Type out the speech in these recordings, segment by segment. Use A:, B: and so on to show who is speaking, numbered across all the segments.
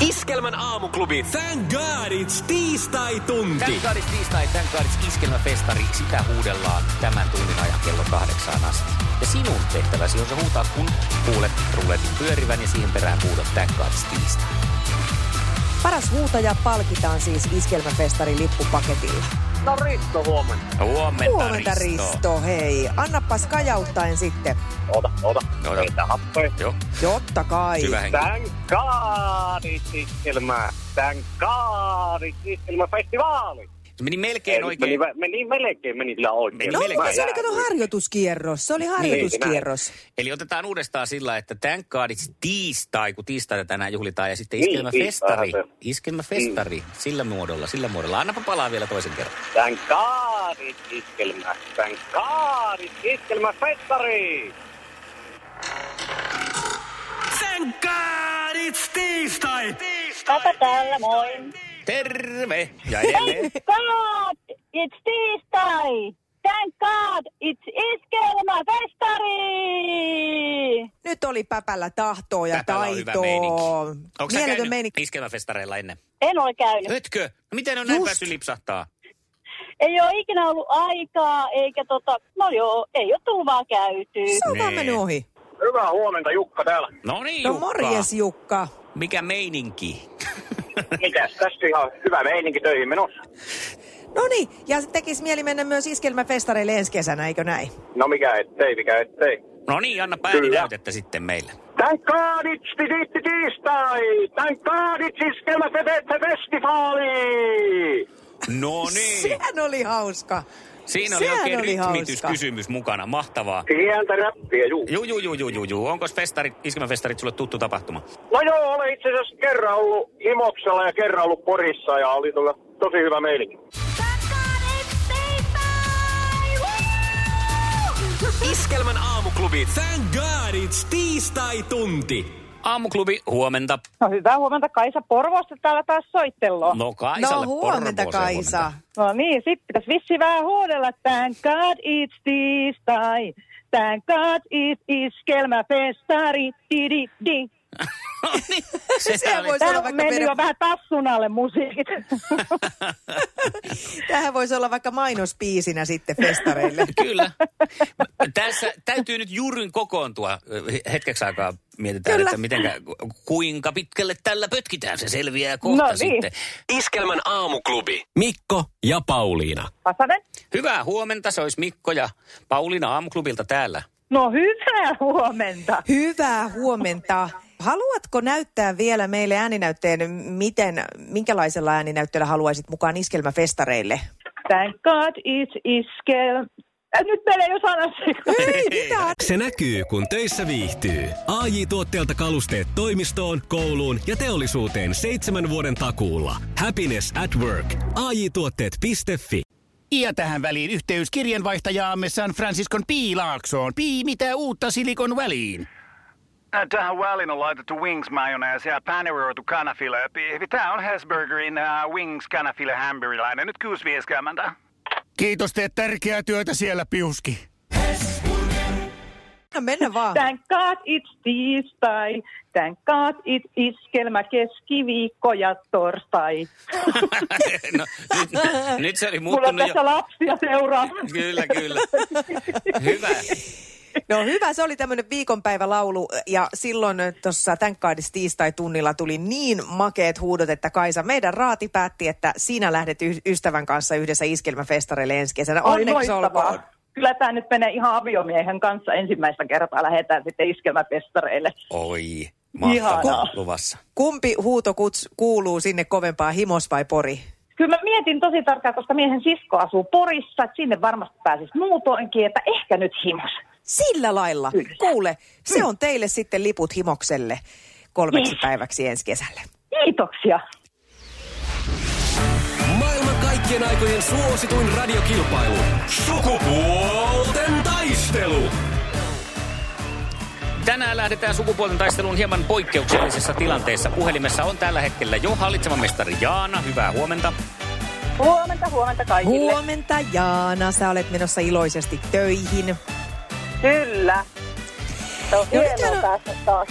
A: Iskelmän aamuklubi. Thank God it's tiistai-tunti.
B: Thank God it's tiistai, thank God it's iskelmäfestari. Sitä huudellaan tämän tunnin ajan kello kahdeksaan asti. Ja sinun tehtäväsi on se huutaa, kun kuulet ruletin pyörivän ja siihen perään huudat thank God it's tiistai.
C: Paras huutaja palkitaan siis Iskelmäfestarin lippupaketilla.
D: No
B: Huomenta,
C: Huomenta Risto, hei. Annapas kajauttaen sitten.
D: Ota, ota.
B: No, no.
D: Mitä happoi?
B: Joo,
C: Jotta kai.
B: hyvä henki.
D: Tän kaadisiskelmää. Tän kaadisiskelmäfestivaali.
B: Meni melkein oikein.
D: Meni, vä- meni, melkein no meni kyllä oikein.
C: No
B: Meli-
C: mutta
B: Meli-
C: se oli kato harjoituskierros. Se oli
B: Niin,
C: harjoituskierros.
B: Eli otetaan uudestaan sillä, että thank God it's tiistai, kun tiistaina tänään juhlitaan. Ja sitten
D: Niin,
B: iskelmäfestari,
D: tiistaihan se. Niin.
B: iskelmäfestari, sillä muodolla, sillä muodolla. Annapa palaa vielä toisen kerran.
D: Tän kaadisiskelmää. Tän kaadisiskelmäfestari.
A: Thank God it's tiistai.
E: Kata täällä, moi.
B: Terve! Ja edelleen.
E: God, it's tiistai. Thank God, it's iskelmäfestari.
C: Nyt oli päpällä tahtoa ja
B: Täpällä on hyvä
C: taitoa.
B: meininki. Onko sä
C: Mieletön
B: käynyt
C: meininki.
B: iskelmäfestareilla ennen?
E: En ole käynyt.
B: Nytkö? No Miten on näin
C: Just.
B: päässyt lipsahtaa?
E: Ei ole ikinä ollut aikaa, eikä tota, no joo, ei ole tullut vaan käyty.
C: Se on vaan
B: Niin.
C: mennyt ohi.
D: Hyvää huomenta, Jukka täällä.
B: No niin,
C: No
B: Jukka.
C: morjes Jukka.
B: Mikä meininki?
D: Mitäs? Tässä ihan hyvä meininki töihin menossa.
C: No niin, ja tekisi mieli mennä myös Iskelmäfestareille ensi kesänä, eikö näin?
D: No mikä ettei, mikä ettei.
B: No niin, anna
D: Kyllä.
B: pääninäytettä sitten meille.
D: Tän kaadits ti- ti- tiistai. Tän kaadits iskelmäfestivaali.
B: No niin,
C: Sehän oli hauska.
B: siinä oli
C: sehän
B: oikein
C: oli
B: rytmityskysymys mukana. Mahtavaa.
D: Sieltä räppiä, juu.
B: Juu, juu, juu, juu, juu, juu. Onko festarit, iskelmäfestarit sulle tuttu tapahtuma?
D: No joo, olen itse asiassa kerran ollut Imoksella ja kerran ollut Porissa ja oli tulla tosi hyvä meininki.
A: Iskelmän aamuklubi. Thank God it's tiistai-tunti.
B: Aamuklubi, huomenta.
E: No hyvää huomenta, Kaisa Porvoosta täällä taas soittelua.
B: No Kaisalle
C: No huomenta
B: Porvooseen
C: Kaisa.
B: huomenta.
E: No niin, sit pitäis vissi vähän huudella. Thank God it's tiistai. Thank God it's iskelmäfestari. Di, di, di.
B: No niin,
C: Sehän
B: oli-
C: voisi
E: Tää
C: olla
E: on
C: vaikka
E: mennyt
C: meidän
E: jo vähän tassun alle musiikit.
C: Tähän voisi olla vaikka mainospiisinä sitten festareille.
B: Kyllä. Tässä täytyy nyt juurin kokoontua. Hetkeksi aikaa mietitään,
C: Kyllä.
B: että mitenkä, kuinka pitkälle tällä pötkitään. Se selviää kohta
E: No niin.
B: sitten.
A: Iskelmän aamuklubi. Mikko ja Pauliina.
E: Pasanen?
B: Hyvää huomenta, se olisi Mikko ja Pauliina Aamuklubilta täällä.
E: No hyvää huomenta.
C: Hyvää huomenta. Haluatko näyttää vielä meille ääninäytteen, miten, minkälaisella ääninäytteellä haluaisit mukaan iskelmäfestareille?
E: Thank God it's iskel... Äh, nyt meillä ei ole sana sekaan.
C: Ei mitään.
A: Se näkyy, kun töissä viihtyy. AJ Tuotteelta kalusteet toimistoon, kouluun ja teollisuuteen seitsemän vuoden takuulla. Happiness at work. AJ Tuotteet.fi.
F: Ja tähän väliin yhteys kirjanvaihtajaamme San Franciscon Piilaaksoon. Pii, mitä uutta Silikon väliin?
G: Ä, Äh, Tähän väliin on laitettu wings mayonnaise ja paneroitu kanafila. Tämä on Hesburgerin uh, wings kanafila hamburilainen. Nyt 6.50.
F: Kiitos, teet tärkeää työtä siellä, Piuski.
C: No mennä vaan.
E: Thank God it's tiistai. Thank God it's iskelmä keskiviikko ja torstai.
B: no, nyt, nyt se oli
E: Mulla on
B: muuttunut jo.
E: tässä lapsia seuraa.
B: Kyllä, kyllä. Hyvä.
C: No hyvä, se oli tämmöinen viikonpäivälaulu ja silloin tuossa tänkkaadis tiistai-tunnilla tuli niin makeet huudot, että Kaisa, meidän raati päätti, että sinä lähdet y- ystävän kanssa yhdessä iskelmäfestareille ensi kesänä.
E: Oli
C: Onneksi
E: loistavaa.
C: olkoon.
E: Kyllä tämä nyt menee ihan aviomiehen kanssa ensimmäistä kertaa. Lähetään sitten iskelmäfestareille.
B: Oi, mahtavaa
E: Ihanaa.
B: luvassa.
C: Kumpi huuto kuts- kuuluu sinne kovempaa, himos vai pori?
E: Kyllä mä mietin tosi tarkkaan, koska miehen sisko asuu Porissa, että sinne varmasti pääsisi muutoinkin, että ehkä nyt himos.
C: Sillä lailla.
E: Kyllä.
C: Kuule, se on teille sitten liput himokselle kolmeksi päiväksi ensi kesälle.
E: Kiitoksia.
A: Maailman kaikkien aikojen suosituin radiokilpailu. Sukupuolten taistelu.
B: Tänään lähdetään sukupuolten taisteluun hieman poikkeuksellisessa tilanteessa. Puhelimessa on tällä hetkellä jo hallitseva mestari Jaana. Hyvää huomenta.
E: Huomenta, huomenta kaikille.
C: Huomenta Jaana, sä olet menossa iloisesti töihin.
E: Kyllä. Se on
C: No,
E: no,
C: nyt
E: hienoa
C: on-
E: päästä taas.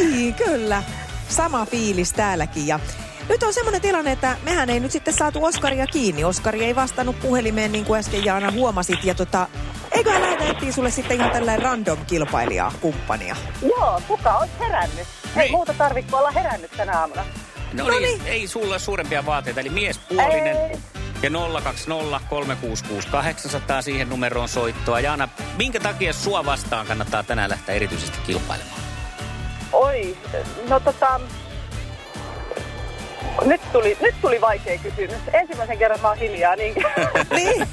C: Niin, kyllä. Sama fiilis täälläkin. Ja nyt on semmoinen tilanne, että mehän ei nyt sitten saatu Oskaria kiinni. Oskari ei vastannut puhelimeen, niin kuin äsken Jaana huomasit. Ja tota, eiköhän lähdetä etsiä sulle sitten ihan tällainen random kilpailijaa, kumppania.
E: Joo, kuka on herännyt? Ei
B: Niin.
E: muuta tarvitse olla herännyt tänä aamuna.
B: No
C: No
B: niin,
C: niin.
B: ei sulla ole suurempia vaateita, eli miespuolinen.
E: Ei.
B: Ja 020 366 800 siihen numeroon soittoa. Jaana, minkä takia sua vastaan kannattaa tänään lähteä erityisesti kilpailemaan?
E: Oi, no tota... Nyt tuli, nyt tuli vaikea kysymys. Ensimmäisen kerran mä oon hiljaa, niin...
C: Niin.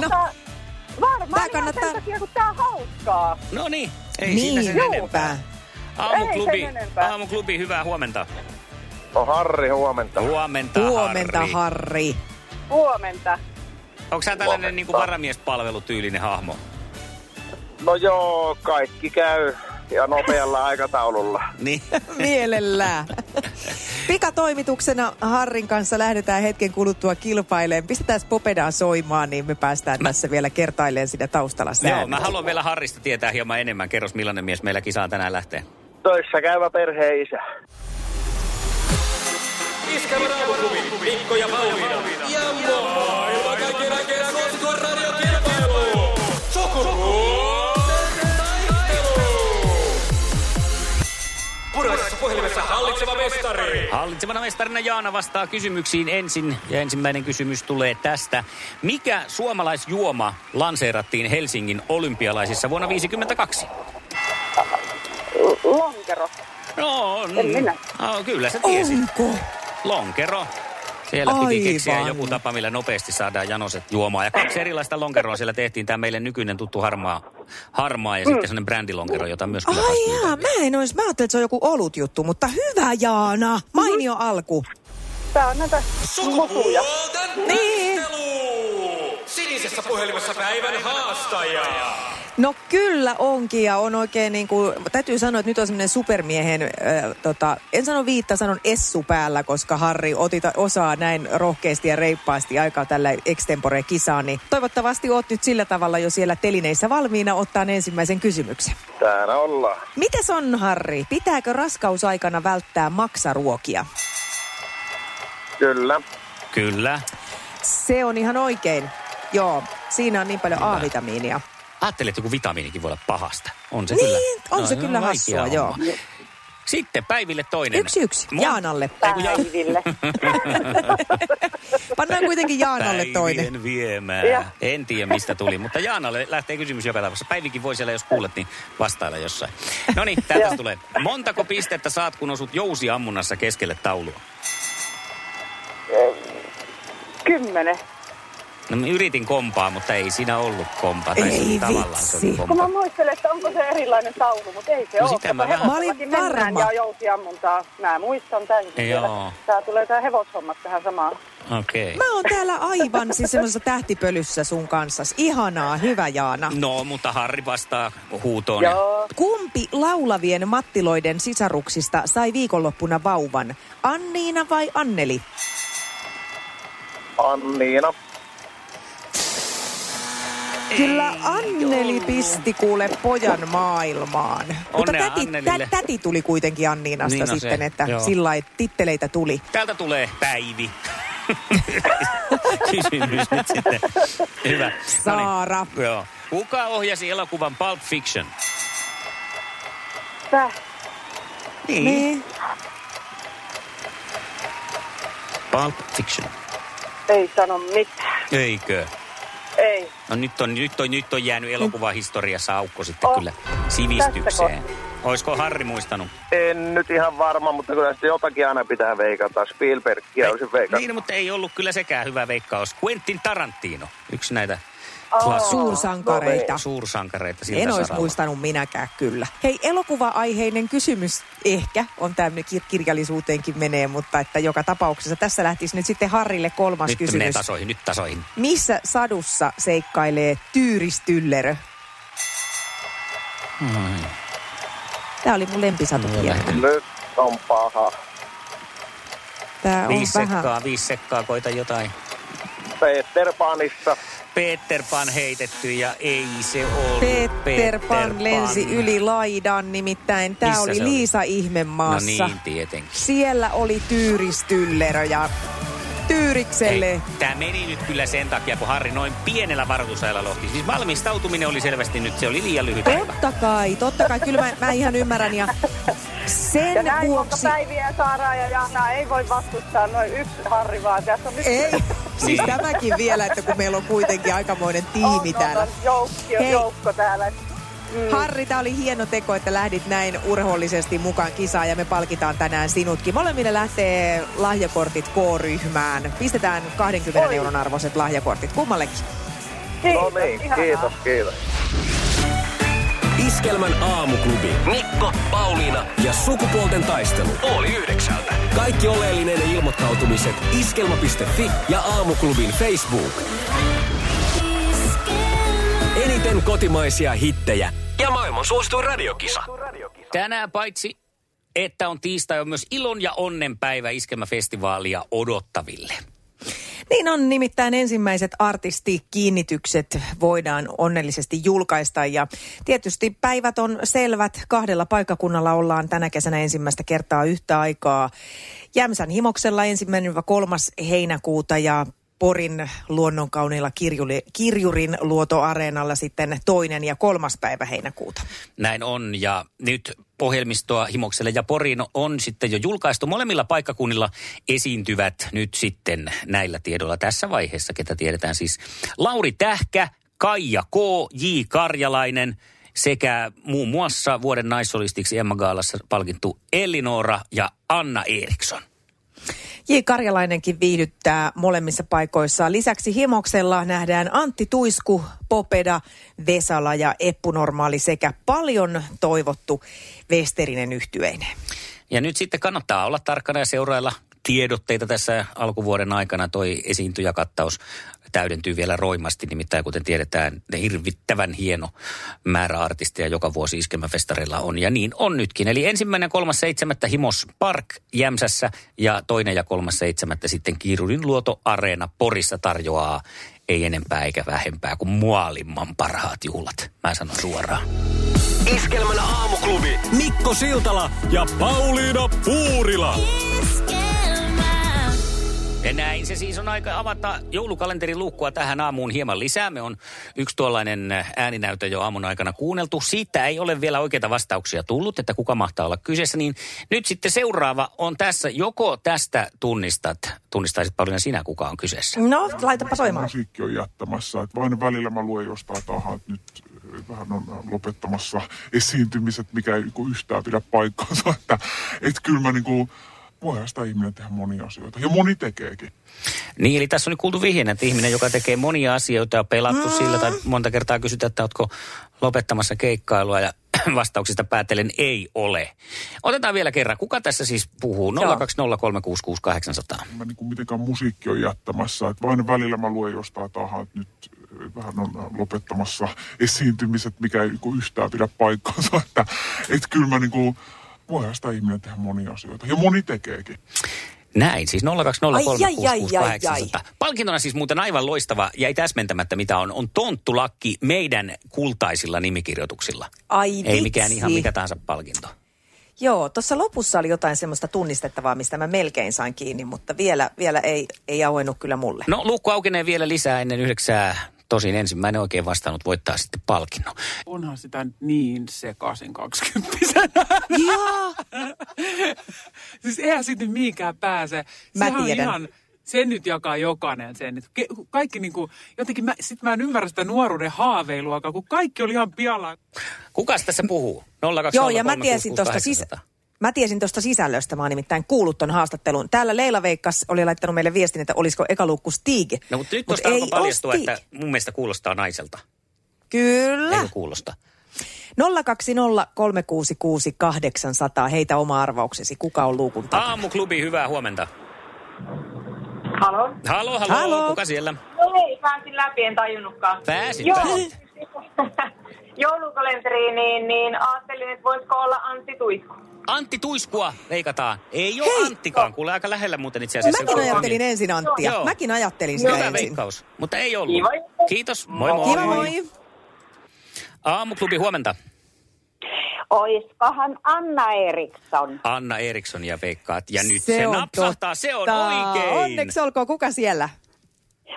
E: Tota, varmaan
C: Tää
E: ihan
C: kannattaa-
E: sen takia, kun tää on hauskaa.
B: No niin, ei siinä
C: Niin,
B: sen enempää. Aamuklubi,
E: Ei sen enempää.
B: aamuklubi, hyvää huomenta.
D: No Harri, huomenta.
B: Huomenta,
C: Huomenta,
B: Harri.
C: Harri.
E: Huomenta.
B: Onko sä tällainen
D: Huomenta.
B: niin kuin varamiespalvelutyylinen hahmo?
D: No joo, kaikki käy ja nopealla aikataululla.
B: Niin.
C: Mielellään. Pikatoimituksena Harrin kanssa lähdetään hetken kuluttua kilpailemaan. Pistetään popedaa soimaan, niin me päästään tässä vielä kertaileen sitä taustalla
B: Joo,
C: säännöt.
B: mä haluan vielä Harrista tietää hieman enemmän. Kerros, millainen mies meillä kisaan tänään lähtee.
D: Töissä käyvä perheen isä.
B: Hallitsevana mestarina Jaana vastaa kysymyksiin ensin. Ja ensimmäinen kysymys tulee tästä. Mikä suomalaisjuoma lanseerattiin Helsingin olympialaisissa vuonna 52?
E: L- Lonkero.
B: No,
E: En minä.
B: Oh, kyllä sä tiesit.
C: Onko?
B: Lonkero. Siellä piti
C: Aivan.
B: keksiä joku tapa, millä nopeasti saadaan janoset juomaan. Ja kaksi erilaista lonkeroa siellä tehtiin. Tämä meille nykyinen tuttu harmaa, harmaa ja sitten sellainen brändilonkero, jota myös kyllä
C: Mm. Ai
B: vasta-
C: jaa, mä en ois, mä ajattelin, että se on joku olut juttu, mutta hyvä Jaana, mainio alku.
E: Tää on näitä mukuja.
C: Niin. No kyllä onkin ja on oikein niin kuin, täytyy sanoa, että nyt on semmoinen supermiehen, äh, tota, en sano viitta, sanon essu päällä, koska Harri otita osaa näin rohkeasti ja reippaasti aikaa tällä extempore kisaan, niin toivottavasti oot nyt sillä tavalla jo siellä telineissä valmiina ottaa ensimmäisen kysymyksen.
D: Täällä ollaan.
C: Mites on Harri, pitääkö raskausaikana välttää maksaruokia?
D: Kyllä.
B: Kyllä.
C: Se on ihan oikein. Joo, siinä on niin paljon A-vitamiinia.
B: Ajattelin, että joku vitamiinikin voi olla pahasta. On se
C: Niin,
B: kyllä. No,
C: on se kyllä
B: vaikea
C: hassua,
B: homma. Niin.
C: joo.
B: Sitten Päiville toinen.
C: Yksi yksi,
B: Mon-
C: Jaanalle.
E: Päiville.
C: Pannaan kuitenkin Jaanalle toinen.
B: Päivien viemään.
E: Joo.
B: En tiedä mistä tuli, mutta Jaanalle lähtee kysymys joka tapauksessa. Päivikin voi siellä, jos kuulet, niin vastailla jossain. No niin, täältä se tulee. Montako pistettä saat, kun osut jousiammunnassa keskelle taulua?
E: Kymmenen.
B: No, mä yritin kompaa, mutta ei siinä ollut kompaa. Tai
C: Ei
B: se oli tavallaan se oli
C: vitsi.
E: Kun mä
B: kompa.
E: katselen, että onko se erilainen taulu, mutta ei se
B: No
E: ole.
B: sitä mä
E: Kato,
B: vähän-
C: Mä olin
E: hevosellakin mennään
C: varma.
E: Ja jousiammuntaa. Mä muistan tämän. vielä.
B: Joo.
E: Tää tulee tää hevoshommat tähän samaan.
B: Okei.
C: Mä oon täällä aivan siis semmoisessa tähtipölyssä sun kanssa. Ihanaa, hyvä Jaana.
B: No, mutta Harri vastaa huutoon.
E: Joo.
C: Kumpi laulavien Mattiloiden sisaruksista sai viikonloppuna vauvan? Anniina vai Anneli?
D: Anniina.
C: Kyllä Anneli pisti kuule pojan maailmaan. Mutta
B: Onnea
C: täti,
B: Annelille.
C: täti tuli kuitenkin Anniinasta
B: Niin on se,
C: sitten, että
B: joo. No
C: sillä lailla titteleitä tuli.
B: Täältä tulee Päivi. Kysymys nyt sitten. Hyvä. No niin.
C: Saara.
B: Joo. Kuka ohjasi elokuvan Pulp Fiction?
E: Tää.
C: Niin.
B: Pulp Fiction.
E: Ei sano mitään.
B: Eikö?
E: Ei.
B: No nyt on, nyt on, nyt on jäänyt elokuvahistoriassa aukko sitten
E: Oh,
B: kyllä sivistykseen. Olisiko Harri muistanut?
D: En nyt ihan varma, mutta kyllä sitten jotakin aina pitää veikata. Spielbergia olisin veikannut.
B: Niin, mutta ei ollut kyllä sekään hyvä veikkaus. Quentin Tarantino, yksi näitä
C: Suursankareita.
B: Suursankareita siltä
C: En olisi
B: saralla.
C: muistanut minäkään kyllä. Hei, elokuva-aiheinen kysymys ehkä on tämmöinen kir- kirjallisuuteenkin menee, mutta että joka tapauksessa tässä lähtisi nyt sitten Harrille kolmas
B: Nyt menee
C: kysymys.
B: tasoihin, nyt tasoihin.
C: Missä sadussa seikkailee tyyristyllerö? Tämä oli mun lempisatu
B: lähtenyt.
D: Nyt on paha.
C: Tämä on
B: Viisi
C: vähän...
B: sekkaa, viisi sekkaa, koita jotain.
D: Peter Panissa.
B: Peter Pan heitetty ja ei se ollut
C: Peter Pan lensi yli laidan, nimittäin tämä
B: Missä se
C: oli
B: oli?
C: Liisa
B: No
C: Ihmemaassa.
B: niin, tietenkin.
C: Siellä oli tyyristyllerö ja Tyyrikselle
B: Tämä meni nyt kyllä sen takia, kun Harri noin pienellä varoitusajalla lohti. Siis valmistautuminen oli selvästi nyt, se oli liian lyhyt päivä.
C: Totta kai, totta kai. Kyllä mä, mä ihan ymmärrän. Ja sen
E: Ja näin monta
C: vuoksi...
E: päiviä saadaan ja Jaana ei voi vastustaa noin yksi Harri vaan. Tässä on nyt
C: Ei, siis
B: Niin.
C: tämäkin vielä, että kun meillä on kuitenkin aikamoinen tiimi täällä.
E: joukko,
C: Hei.
E: joukko täällä. Mm.
C: Harri, tämä oli hieno teko, että lähdit näin urhoollisesti mukaan kisaan ja me palkitaan tänään sinutkin. Molemmille lähtee lahjakortit K-ryhmään. Pistetään 20 Oi. euron arvoiset lahjakortit kummallekin.
E: Kiitos,
D: No niin,
E: ihanaa.
D: kiitos, kiitos.
A: Iskelmän aamuklubi. Mikko, Pauliina ja sukupuolten taistelu. Oli yhdeksältä. Kaikki oleellinen ilmoittautumiset iskelma.fi ja aamuklubin Facebook. Eniten kotimaisia hittejä ja maailman suosituin radiokisa.
B: Tänään paitsi, että on tiistai, on myös ilon ja onnen päivä iskelmäfestivaalia odottaville.
C: Niin on nimittäin ensimmäiset artistikiinnitykset voidaan onnellisesti julkaista ja tietysti päivät on selvät. Kahdella paikkakunnalla ollaan tänä kesänä ensimmäistä kertaa yhtä aikaa. Jämsän himoksella ensimmäinen kolmas heinäkuuta ja Porin luonnonkauniilla kirjuli, kirjurin luotoareenalla sitten toinen ja kolmas päivä heinäkuuta.
B: Näin on ja nyt ohjelmistoa Himokselle ja Poriin on sitten jo julkaistu. Molemmilla paikkakunnilla esiintyvät nyt sitten näillä tiedoilla tässä vaiheessa, ketä tiedetään siis. Lauri Tähkä, Kaija K, J. Karjalainen sekä muun muassa vuoden naissolistiksi Emma Gaalassa palkittu Elinora ja Anna Eriksson.
C: J. Karjalainenkin viihdyttää molemmissa paikoissa. Lisäksi Himoksella nähdään Antti Tuisku, Popeda, Vesala ja Eppu Normaali sekä paljon toivottu Westerinen yhtyeinen.
B: Ja nyt sitten kannattaa olla tarkkana ja seurailla tiedotteita tässä alkuvuoden aikana. Toi esiintyjäkattaus täydentyy vielä roimasti, nimittäin kuten tiedetään, ne hirvittävän hieno määrä artisteja joka vuosi iskelmäfestareilla on. Ja niin on nytkin. Eli ensimmäinen ja kolmas seitsemättä Himos Park Jämsässä ja toinen ja kolmas seitsemättä sitten Kiirudin luoto Areena Porissa tarjoaa ei enempää eikä vähempää kuin mualimman parhaat juhlat. Mä sanon suoraan.
A: Iskelmän aamuklubi. Mikko Siltala ja Pauliina Puurila.
B: Ja näin se siis on aika avata joulukalenterin luukkua tähän aamuun hieman lisää. Me on yksi tuollainen ääninäytö jo aamun aikana kuunneltu. Siitä ei ole vielä oikeita vastauksia tullut, että kuka mahtaa olla kyseessä. Niin nyt sitten seuraava on tässä. Joko tästä tunnistat, tunnistaisit Pauliina sinä, kuka on kyseessä?
C: No, laitapa soimaan.
H: musiikki on jättämässä. Että vain välillä mä luen jostain tahan, että nyt eh, vähän on lopettamassa esiintymiset, mikä ei niinku yhtään pidä paikkaansa. Että, et kyllä mä niinku, voihan sitä ihminen tehdä monia asioita. Ja moni tekeekin.
B: Niin, eli tässä on nyt kuultu vihjeen, että ihminen, joka tekee monia asioita ja pelattu mm. sillä, tai monta kertaa kysytään, että ootko lopettamassa keikkailua ja vastauksista päätellen ei ole. Otetaan vielä kerran. Kuka tässä siis puhuu? 020366800.
C: Mm.
H: Mä niinku mitenkään musiikki on jättämässä. Että vain välillä mä luen jostain tahan, että nyt eh, vähän on lopettamassa esiintymiset, mikä ei niinku yhtään pidä paikkaansa. Että, et kyllä mä niinku, voihan sitä ihminen tehdä monia asioita. Ja moni tekeekin.
B: Näin, siis
C: Ai, ai, ai, ai,
B: 020366800.
C: ai.
B: Palkintona siis muuten aivan loistava, jäi täsmentämättä mitä on, on tonttulakki meidän kultaisilla nimikirjoituksilla.
C: Ai
B: Ei
C: vitsi.
B: mikään ihan mikä tahansa palkinto.
C: Joo, tuossa lopussa oli jotain semmoista tunnistettavaa, mistä mä melkein sain kiinni, mutta vielä, vielä ei, ei auennut kyllä mulle.
B: No luukku aukenee vielä lisää ennen yhdeksää. Tosin ensimmäinen oikein vastannut voittaa sitten palkinnon.
I: Onhan sitä niin sekaisin kaksikymppisenä.
C: Joo,
I: siis eihän siitä nyt mihinkään pääse.
C: Mä
I: Sehän on
C: tiedän.
I: Ihan, sen nyt jakaa jokainen sen. että ke- Kaikki niinku, jotenkin mä, sit mä en ymmärrä sitä nuoruuden haaveiluakaan, kun kaikki oli ihan pialla.
B: Kukas tässä puhuu? 020366800.
C: Joo, ja mä tiesin tuosta siis... Mä tiesin tuosta sisällöstä, mä oon nimittäin kuullut ton haastattelun. Täällä Leila Veikkas oli laittanut meille viestin, että olisiko ekaluukku Stig.
B: No mutta nyt
C: Mut
B: tuosta alkoi
C: oo
B: paljastua,
C: Stig.
B: että mun mielestä kuulostaa naiselta.
C: Kyllä.
B: Eikö kuulosta?
C: 020366800. Heitä oma arvauksesi. Kuka on luukun takana?
B: Aamuklubi, hyvää huomenta.
E: Halo?
B: Halo, halo,
C: Halo.
B: kuka siellä?
E: No ei, pääsin läpi, en tajunnutkaan.
B: Pääsit,
E: Joo.
B: pääsit.
E: Joulukalenteriin, niin, niin ajattelin, että voisiko olla Antti Tuisku.
B: Antti Tuiskua leikataan. Ei ole Hei. Anttikaan, kuule aika lähellä muuten itse asiassa.
C: Mäkin
B: Joo,
C: ajattelin
B: niin.
C: ensin Anttia.
B: Joo.
C: Mäkin ajattelin sitä
B: Hyvä
C: ensin.
B: veikkaus, mutta ei ollut.
E: Kiva.
B: Kiitos, moi moi.
C: Kiva moi.
B: Aamuklubi, huomenta.
E: Oiskohan Anna Eriksson?
B: Anna Eriksson ja veikkaat. Ja nyt se, se napsahtaa, se on
C: totta.
B: oikein.
C: Onneksi olkoon. Kuka siellä?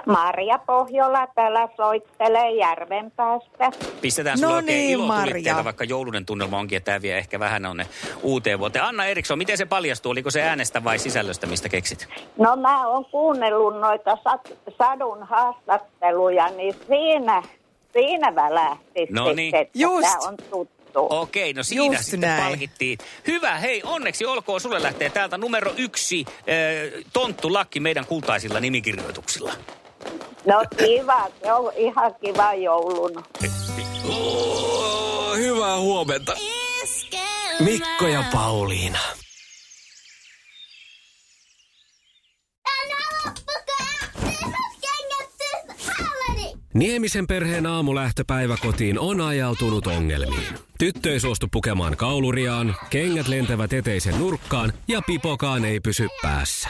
E: Maria Pohjola täällä soittelee järven päästä.
B: Pistetään sulle
C: No
B: oikein
C: niin,
B: ilotulitteita,
C: Marja.
B: vaikka joulunen tunnelma onkin, että tämä vie ehkä vähän on ne uuteen vuoteen. Anna Eriksson, miten se paljastuu? Oliko se äänestä vai sisällöstä, mistä keksit?
E: No mä oon kuunnellut noita sat, sadun haastatteluja, niin siinä, siinä välähti
B: No
E: sitten,
B: niin.
E: että
C: Just.
E: tää on tuttu.
B: Okei, no siinä
C: Just
B: sitten
C: näin.
B: palkittiin. Hyvä, hei, onneksi olkoon. Sulle lähtee täältä numero yksi äh, tonttulakki meidän kultaisilla nimikirjoituksilla.
E: No kiva, se on ihan kiva joulun.
A: Oh, hyvää huomenta. Mikko ja Pauliina. Niemisen perheen aamulähtöpäivä kotiin on ajautunut ongelmiin. Tyttö ei suostu pukemaan kauluriaan, kengät lentävät eteisen nurkkaan ja pipokaan ei pysy päässä.